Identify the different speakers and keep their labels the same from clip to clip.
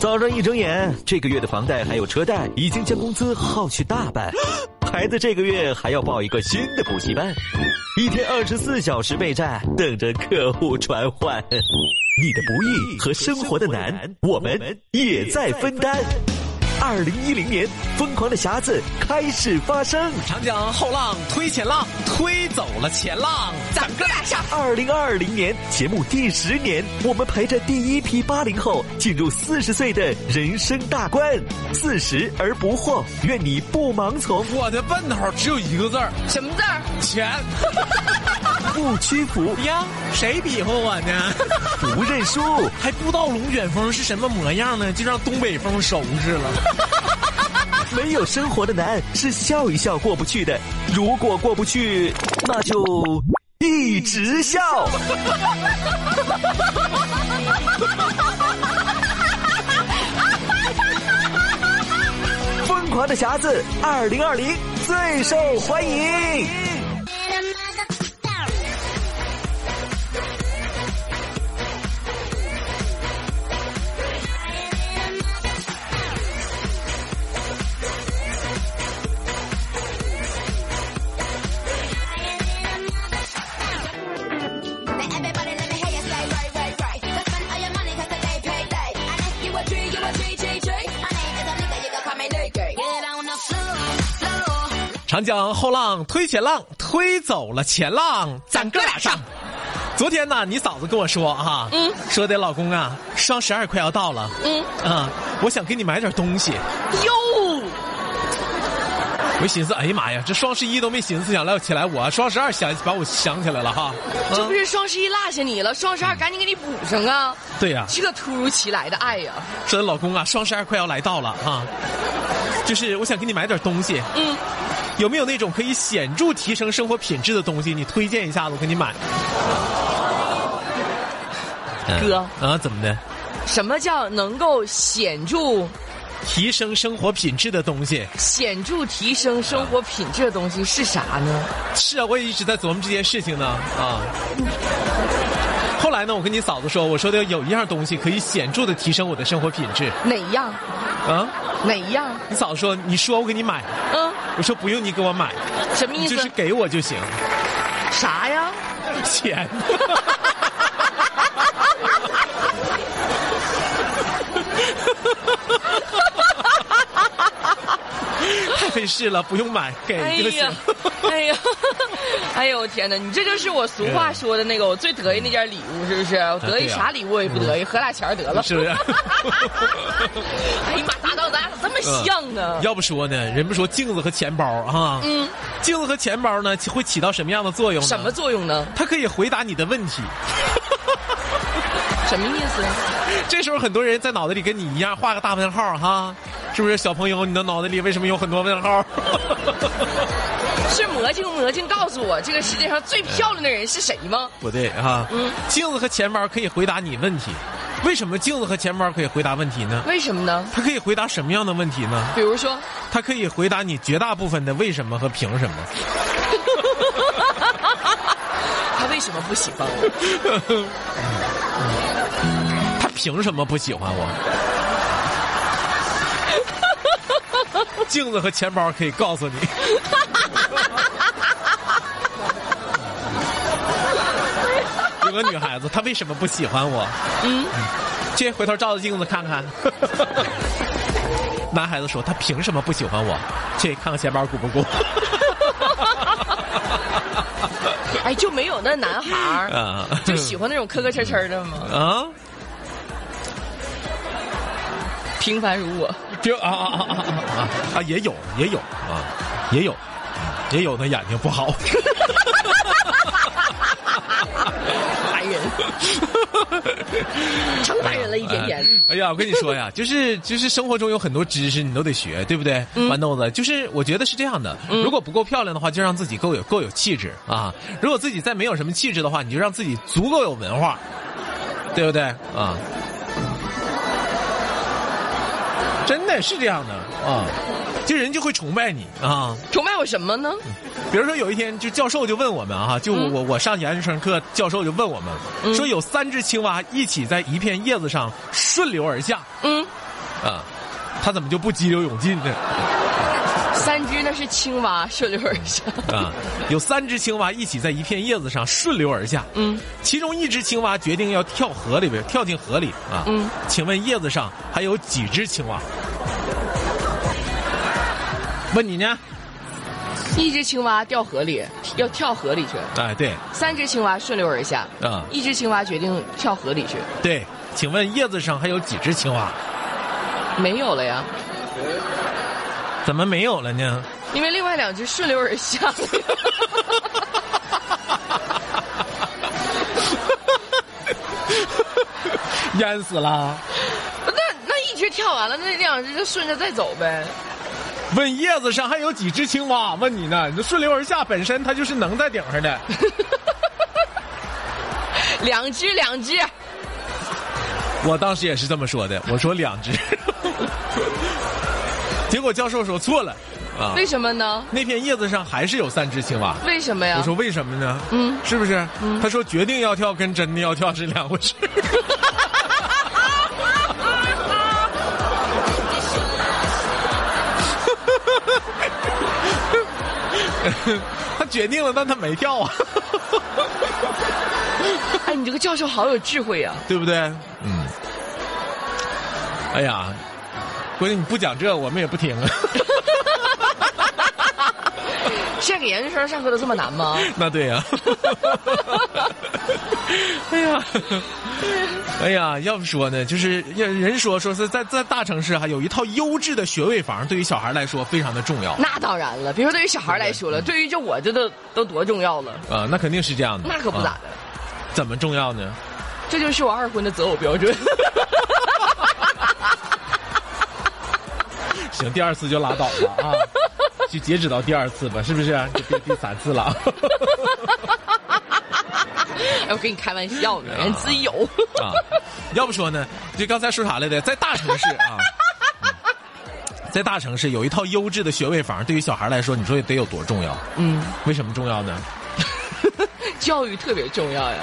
Speaker 1: 早上一睁眼，这个月的房贷还有车贷已经将工资耗去大半，孩子这个月还要报一个新的补习班，一天二十四小时备战，等着客户传唤。你的不易和生活的难，我们也在分担。二零一零年，疯狂的匣子开始发生。
Speaker 2: 长江后浪推前浪，推走了前浪，咱哥俩上。
Speaker 1: 二零二零年节目第十年，我们陪着第一批八零后进入四十岁的人生大关。四十而不惑，愿你不盲从，
Speaker 2: 我的奔头只有一个字儿：
Speaker 3: 什么字儿？
Speaker 2: 钱。
Speaker 1: 不屈服，
Speaker 2: 呀，谁比划我 呢？
Speaker 1: 不认输。
Speaker 2: 还不知道龙卷风是什么模样呢，就让东北风收拾 了。
Speaker 1: 没有生活的难是笑一笑过不去的，如果过不去，那就一直笑。疯狂的匣子，二零二零最受欢迎。
Speaker 4: Now everybody let me hear you say right, right, right. Let's spend all your money 'cause today payday. I know you a tree, you a tree, tree, tree. My name is a nigga, you can call me nigga. Get on the floor, floor.
Speaker 2: 长江后浪推前浪，推走了前浪，咱哥俩上。昨天呢，你嫂子跟我说啊，
Speaker 3: 嗯，
Speaker 2: 说的老公啊，双十二快要到了，
Speaker 3: 嗯
Speaker 2: 啊，我想给你买点东西。
Speaker 3: 哟，
Speaker 2: 我一寻思，哎呀妈呀，这双十一都没寻思想来起来我，啊双十二想把我想起来了哈。
Speaker 3: 这不是
Speaker 2: 嗯
Speaker 3: 双十一落下你了，双十二赶紧给你补上啊！
Speaker 2: 对呀、
Speaker 3: 这突如其来的爱呀、
Speaker 2: 说老公啊，双十二快要来到了啊，就是我想给你买点东西，
Speaker 3: 嗯，
Speaker 2: 有没有那种可以显著提升生活品质的东西？你推荐一下子，我给你买。
Speaker 3: 哥，
Speaker 2: 啊，怎么的？
Speaker 3: 什么叫能够显著
Speaker 2: 提升生活品质的东西
Speaker 3: 显著提升生活品质的东西是啥呢？
Speaker 2: 是啊，我也一直在琢磨这件事情呢啊。后来呢，我跟你嫂子说，我说的有一样东西可以显著的提升我的生活品质
Speaker 3: 哪样？
Speaker 2: 啊。
Speaker 3: 哪样？
Speaker 2: 你嫂子说，你说我给你买，
Speaker 3: 嗯，
Speaker 2: 我说不用你给我买，
Speaker 3: 什么
Speaker 2: 你
Speaker 3: 意思？
Speaker 2: 就是给我就行，
Speaker 3: 啥呀？
Speaker 2: 钱。 太费事了，不用买，
Speaker 3: 哎
Speaker 2: 给就行
Speaker 3: 呀。，哎呀， 哎呦我天哪！你这就是我俗话说的那个，我最得意那件礼物，是不是？我得意
Speaker 2: 嗯啊对呀
Speaker 3: 啥礼物我也不得意，合俩钱儿得 了。
Speaker 2: 是不是
Speaker 3: 哎呀妈，咋到咱俩咋这么像呢？
Speaker 2: 嗯要不说呢，人不说镜子和钱包啊，
Speaker 3: 嗯，
Speaker 2: 镜子和钱包呢会起到什么样的作用呢？
Speaker 3: 什么？作用呢？
Speaker 2: 它可以回答你的问题。
Speaker 3: 什么意思？
Speaker 2: 这时候很多人在脑袋里跟你一样画个大问号哈，是不是？小朋友，你的脑袋里为什么有很多问号？
Speaker 3: 是魔镜魔镜告诉我这个世界上最漂亮的人是谁吗？
Speaker 2: 不对啊，
Speaker 3: 嗯
Speaker 2: 镜子和钱包可以回答你问题。为什么镜子和钱包可以回答问题呢？
Speaker 3: 为什么呢？
Speaker 2: 它可以回答什么样的问题呢？
Speaker 3: 比如说，
Speaker 2: 它可以回答你绝大部分的为什么和凭什么。
Speaker 3: 他为什么不喜 欢我？
Speaker 2: 他凭什么不喜欢我？ 镜子和钱包可以告诉你。 有个女孩子，她为什么不喜欢我？
Speaker 3: 嗯，
Speaker 2: 这回头照着镜子看看。 男孩子说：“他凭什么不喜欢我？”这看看钱包鼓不鼓？
Speaker 3: 哎，就没有那男孩儿
Speaker 2: 啊，
Speaker 3: 就喜欢那种磕磕碜碜的吗？
Speaker 2: 啊，
Speaker 3: 平凡如我，
Speaker 2: 就啊啊啊啊啊啊啊！也有，也有啊，也有，嗯也有那眼睛不好。
Speaker 3: 白人， 成白人了一点点。
Speaker 2: 哎 呀，我跟你说 呀，就是就是生活中有很多知识你都得学，对不对？
Speaker 3: 嗯
Speaker 2: 豌豆子，就是我觉得是这样的，如果不够漂亮的话，就让自己够有够有气质啊；如果自己再没有什么气质的话，你就让自己足够有文化，对不对啊？真的是这样的啊，就人就会崇拜你啊。
Speaker 3: 崇拜我什么呢？
Speaker 2: 比如说有一天，就教授就问我们啊，就我、我上研究生课，教授就问我们、说有三只青蛙一起在一片叶子上顺流而下，
Speaker 3: 嗯，
Speaker 2: 啊，他怎么就不激流勇进呢？
Speaker 3: 三只那是青蛙顺流而下，
Speaker 2: 啊，有三只青蛙一起在一片叶子上顺流而下。
Speaker 3: 嗯，
Speaker 2: 其中一只青蛙决定要跳河里边，跳进河里啊。
Speaker 3: 嗯，
Speaker 2: 请问叶子上还有几只青蛙？问你呢？
Speaker 3: 一只青蛙掉河里，要跳河里去；
Speaker 2: 哎，对
Speaker 3: 三只青蛙顺流而下，
Speaker 2: 啊
Speaker 3: 一只青蛙决定跳河里去，
Speaker 2: 对，请问叶子上还有几只青蛙？
Speaker 3: 没有了呀，
Speaker 2: 怎么没有了呢？
Speaker 3: 因为另外两只顺流而下。
Speaker 2: 淹死了。
Speaker 3: 那那一只跳完了，那两只就顺着再走呗。
Speaker 2: 问叶子上还有几只青蛙？问你呢？你这顺流而下本身它就是能在顶上的。
Speaker 3: 两只，两只，
Speaker 2: 我当时也是这么说的，我说两只， 结果教授说错了啊。
Speaker 3: 为什么呢？
Speaker 2: 那片叶子上还是有三只青蛙。
Speaker 3: 为什么呀
Speaker 2: 我？说为什么呢？
Speaker 3: 啊嗯，
Speaker 2: 是不是？他说决定要跳跟真的要跳是两回事。他决定了，但他没跳啊，
Speaker 3: 哎，你这个教授好有智慧呀、啊
Speaker 2: 对不对？嗯。哎呀，关键你不讲这，我们也不听啊。
Speaker 3: 现在给研究生上课都这么难吗？
Speaker 2: 那对啊呀、哎呀， 哎呀，要不说呢，就是要人说说是在在大城市啊哈，有一套优质的学位房，对于小孩来说非常的重要啊、
Speaker 3: 那当然了，别说对于小孩来说了，对于这我这都都多重要了，
Speaker 2: 啊那肯定是这样的。
Speaker 3: 那可不咋
Speaker 2: 啊
Speaker 3: 的。
Speaker 2: 怎么重要呢？
Speaker 3: 这就是我二婚的择偶标 准。
Speaker 2: 行，第二次就拉倒了 啊，就截止到第二次吧，是不是？就别第三 次了啊。
Speaker 3: 哎，我跟你开玩笑呢，人自己有。
Speaker 2: 啊，要不说呢，就刚才说啥来着？在大城市 啊，嗯在大城市有一套优质的学位房，对于小孩来说，你说得有多重要？
Speaker 3: 嗯，
Speaker 2: 为什么重要呢？
Speaker 3: 教育特别重要呀。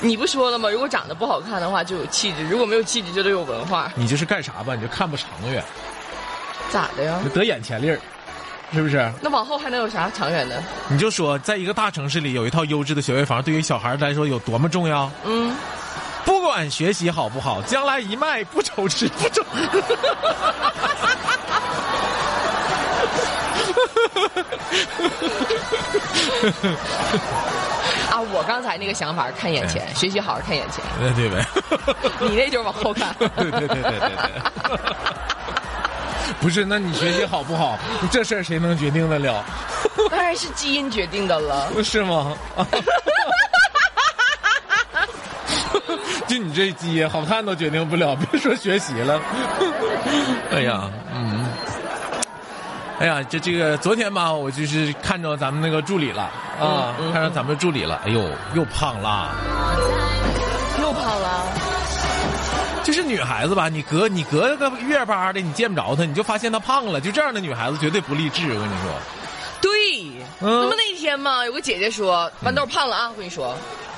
Speaker 3: 你不说了吗？如果长得不好看的话，就有气质；如果没有气质，就得有文化。
Speaker 2: 你就是干啥吧，你就看不长远，
Speaker 3: 咋的呀
Speaker 2: 你？得眼前利儿，是不是？
Speaker 3: 那往后还能有啥长远的？
Speaker 2: 你就说，在一个大城市里有一套优质的学位房，对于小孩来说有多么重要？
Speaker 3: 嗯，
Speaker 2: 不管学习好不好，将来一卖不愁吃不愁。
Speaker 3: 啊，我刚才那个想法，看眼
Speaker 2: 哎
Speaker 3: 前，学习好好看眼前。
Speaker 2: 对对呗，
Speaker 3: 你那就是往后看。
Speaker 2: 对对对对对对。不是，那你学习好不好，这事儿谁能决定得了？
Speaker 3: 当然是基因决定的了。
Speaker 2: 是吗？ 就你这鸡，好看都决定不了，别说学习了。 哎呀，嗯，哎呀，这这个昨天吧，我就是看着咱们那个助理了啊，看着咱们助理了，哎呦，又胖了。
Speaker 3: 又胖了，
Speaker 2: 就是女孩子吧，你隔你隔个月巴的，你见不着她，你就发现她胖了。就这样的女孩子绝对不励志，我跟你说。
Speaker 3: 对，
Speaker 2: 嗯
Speaker 3: 那么那天嘛，有个姐姐说豌豆胖了啊，我跟你说，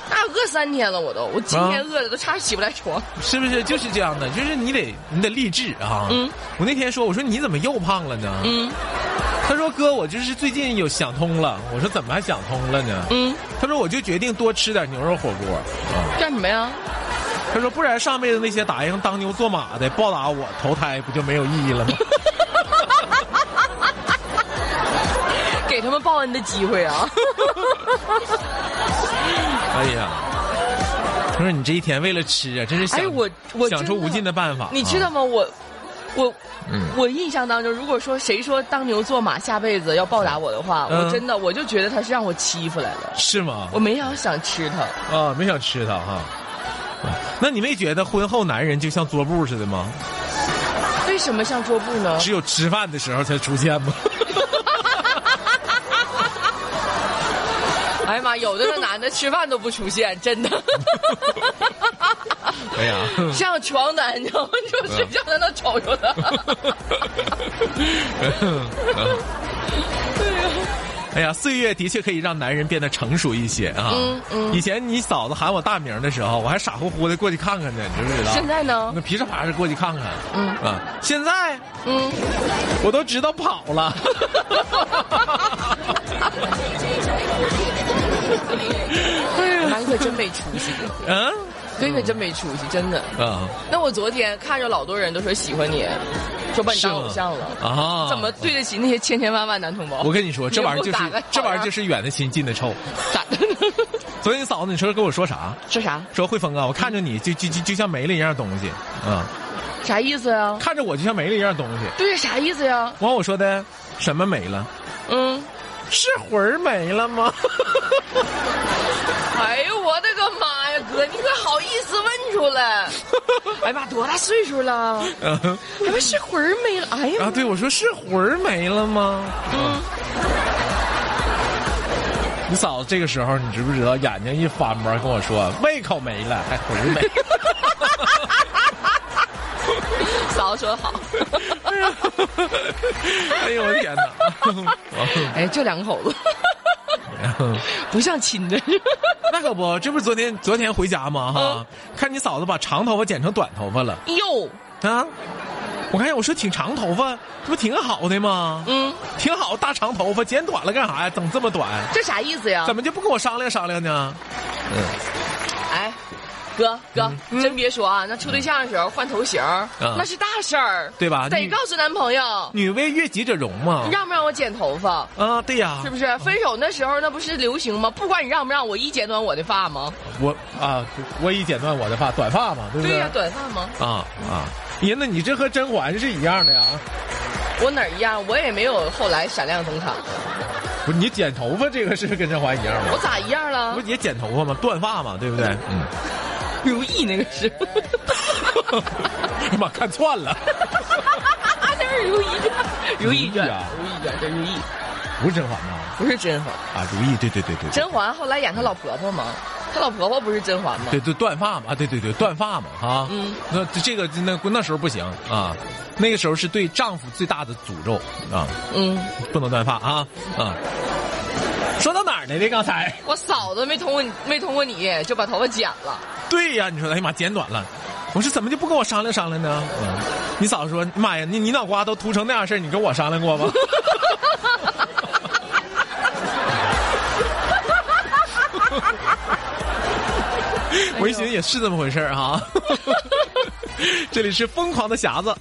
Speaker 3: 那饿三天了，我都，我今天
Speaker 2: 啊
Speaker 3: 饿的都差点起不来床。
Speaker 2: 是不是就是这样的？就是你得你得励志啊！
Speaker 3: 嗯，
Speaker 2: 我那天说我说你怎么又胖了呢？
Speaker 3: 嗯
Speaker 2: 他说哥，我就是最近有想通了。我说怎么还想通了呢？
Speaker 3: 嗯，
Speaker 2: 他说我就决定多吃点牛肉火锅。啊、
Speaker 3: 干什么呀？
Speaker 2: 他说不然上辈子那些答应当牛做马的报答我投胎不就没有意义了 吗？
Speaker 3: 给他们报恩的机会 啊！
Speaker 2: 哎呀，他说你这一天为了吃啊，真是想
Speaker 3: 哎，我我
Speaker 2: 想出
Speaker 3: 真的
Speaker 2: 无尽的办法。
Speaker 3: 你知道
Speaker 2: 啊
Speaker 3: 吗？我我。
Speaker 2: 嗯
Speaker 3: 我印象当中，如果说谁说当牛做马下辈子要报答我的话，
Speaker 2: 嗯
Speaker 3: 我真的我就觉得他是让我欺负来了，
Speaker 2: 是吗？
Speaker 3: 我没想想吃他。
Speaker 2: 啊，没想吃它哈。那你没觉得婚后男人就像桌布似的吗？
Speaker 3: 为什么像桌布呢？
Speaker 2: 只有吃饭的时候才出现 吗？
Speaker 3: 哎呀妈，有的那男的吃饭都不出现，真的。
Speaker 2: 哎呀，
Speaker 3: 像床单，你知道吗？你就睡觉在那瞅瞅 他。
Speaker 2: 哎哎呀，岁月的确可以让男人变得成熟一些啊。
Speaker 3: 嗯嗯
Speaker 2: 以前你嫂子喊我大名的时候，我还傻乎乎的过去看看呢，你知不知道？
Speaker 3: 现在呢
Speaker 2: 那？噼里啪啦过去看看。
Speaker 3: 嗯
Speaker 2: 啊，现在
Speaker 3: 嗯，
Speaker 2: 我都知道跑 了。
Speaker 3: 南哥真没出息，
Speaker 2: 嗯
Speaker 3: 真的真没出息，真的。
Speaker 2: 啊，
Speaker 3: 那我昨天看着老多人都说喜欢你，说把你当偶像了
Speaker 2: 是吗啊
Speaker 3: 怎么对得起那些千千万万男同胞？
Speaker 2: 我跟你说，这玩意儿就
Speaker 3: 你也不打
Speaker 2: 是
Speaker 3: 个啊
Speaker 2: 这玩意儿就是远的亲近的臭。
Speaker 3: 咋的呢？
Speaker 2: 昨天嫂子，你说跟我说啥？
Speaker 3: 说啥？
Speaker 2: 说慧峰啊，我看着你就就就就像没了一样东西啊、
Speaker 3: 啥意思呀？
Speaker 2: 看着我就像没了一样东西。
Speaker 3: 对，啥意思呀？
Speaker 2: 完我说的什么没了？
Speaker 3: 嗯，
Speaker 2: 是魂儿没了 吗？
Speaker 3: 哎呦我的个妈呀，哥，你可好意思问出来？ 哎呀妈，多大岁数了？
Speaker 2: 嗯
Speaker 3: 还不是魂儿没了？哎呀，
Speaker 2: 啊，对，我说是魂儿没了吗？
Speaker 3: 嗯，
Speaker 2: 你嫂子这个时候，你知不知道眼睛一翻吧，跟我说胃口没了，还魂 儿没了。
Speaker 3: 嫂子说的好。
Speaker 2: 哎呦我的天哪！
Speaker 3: 哎，这两口子 不像亲的，
Speaker 2: 那可不，这不是昨天昨天回家吗？哈，看你嫂子把长头发剪成短头发了
Speaker 3: 哟，
Speaker 2: 啊！我看见哎我说挺长头发，这不挺好的吗？
Speaker 3: 嗯，
Speaker 2: 挺好，大长头发剪短了干啥呀？整这么短，
Speaker 3: 这啥意思呀？
Speaker 2: 怎么就不跟我商量商量呢？
Speaker 3: 哎，哥哥，真别说啊，那处对象的时候换头型儿，
Speaker 2: 嗯
Speaker 3: 那是大事儿，
Speaker 2: 对吧
Speaker 3: 得
Speaker 2: 你
Speaker 3: 告诉男朋友，
Speaker 2: 女为悦己者容嘛。
Speaker 3: 让不让我剪头发？
Speaker 2: 啊，对呀，
Speaker 3: 是不是？分手那时候那不是流行吗？不管你让不让我，一剪短我的发吗？
Speaker 2: 我啊，我已剪断我的发，短发嘛，对不
Speaker 3: 对
Speaker 2: 对？
Speaker 3: 呀，短发吗？
Speaker 2: 啊啊！爷，那你这和甄嬛是一样的呀？
Speaker 3: 我哪儿一样？我也没有后来闪亮登场，
Speaker 2: 不是，你剪头发这个是跟甄嬛一样
Speaker 3: 我
Speaker 2: 吗？
Speaker 3: 咋一样了
Speaker 2: 不？也剪头发吗？断发嘛，对不对？嗯。
Speaker 3: 如意那个 是，
Speaker 2: 哎呀 妈，看串了。
Speaker 3: 那是如意传，如意传
Speaker 2: 如意啊，
Speaker 3: 如意传，这如意
Speaker 2: 不是甄嬛吗？
Speaker 3: 不是甄嬛。
Speaker 2: 啊，如懿，对对对对。
Speaker 3: 甄嬛后来演她老婆婆吗？她老婆婆不是甄嬛吗
Speaker 2: 对？对，断发嘛，啊对对对，断发嘛，啊，
Speaker 3: 嗯，
Speaker 2: 那这个那那时候不行啊，那个时候是对丈夫最大的诅咒啊，
Speaker 3: 嗯，
Speaker 2: 不能断发啊啊。说到哪儿来的？刚才？
Speaker 3: 我嫂子没通过你，没通过你就把头发剪了。
Speaker 2: 对呀，你说，哎呀妈，剪短了。我说怎么就不跟我商量商量呢？嗯、你嫂子说，妈呀，你你脑瓜都秃成那样式儿你跟我商量过吗？啊 我一寻思也是这么回事儿、哈。这里是疯狂的匣子，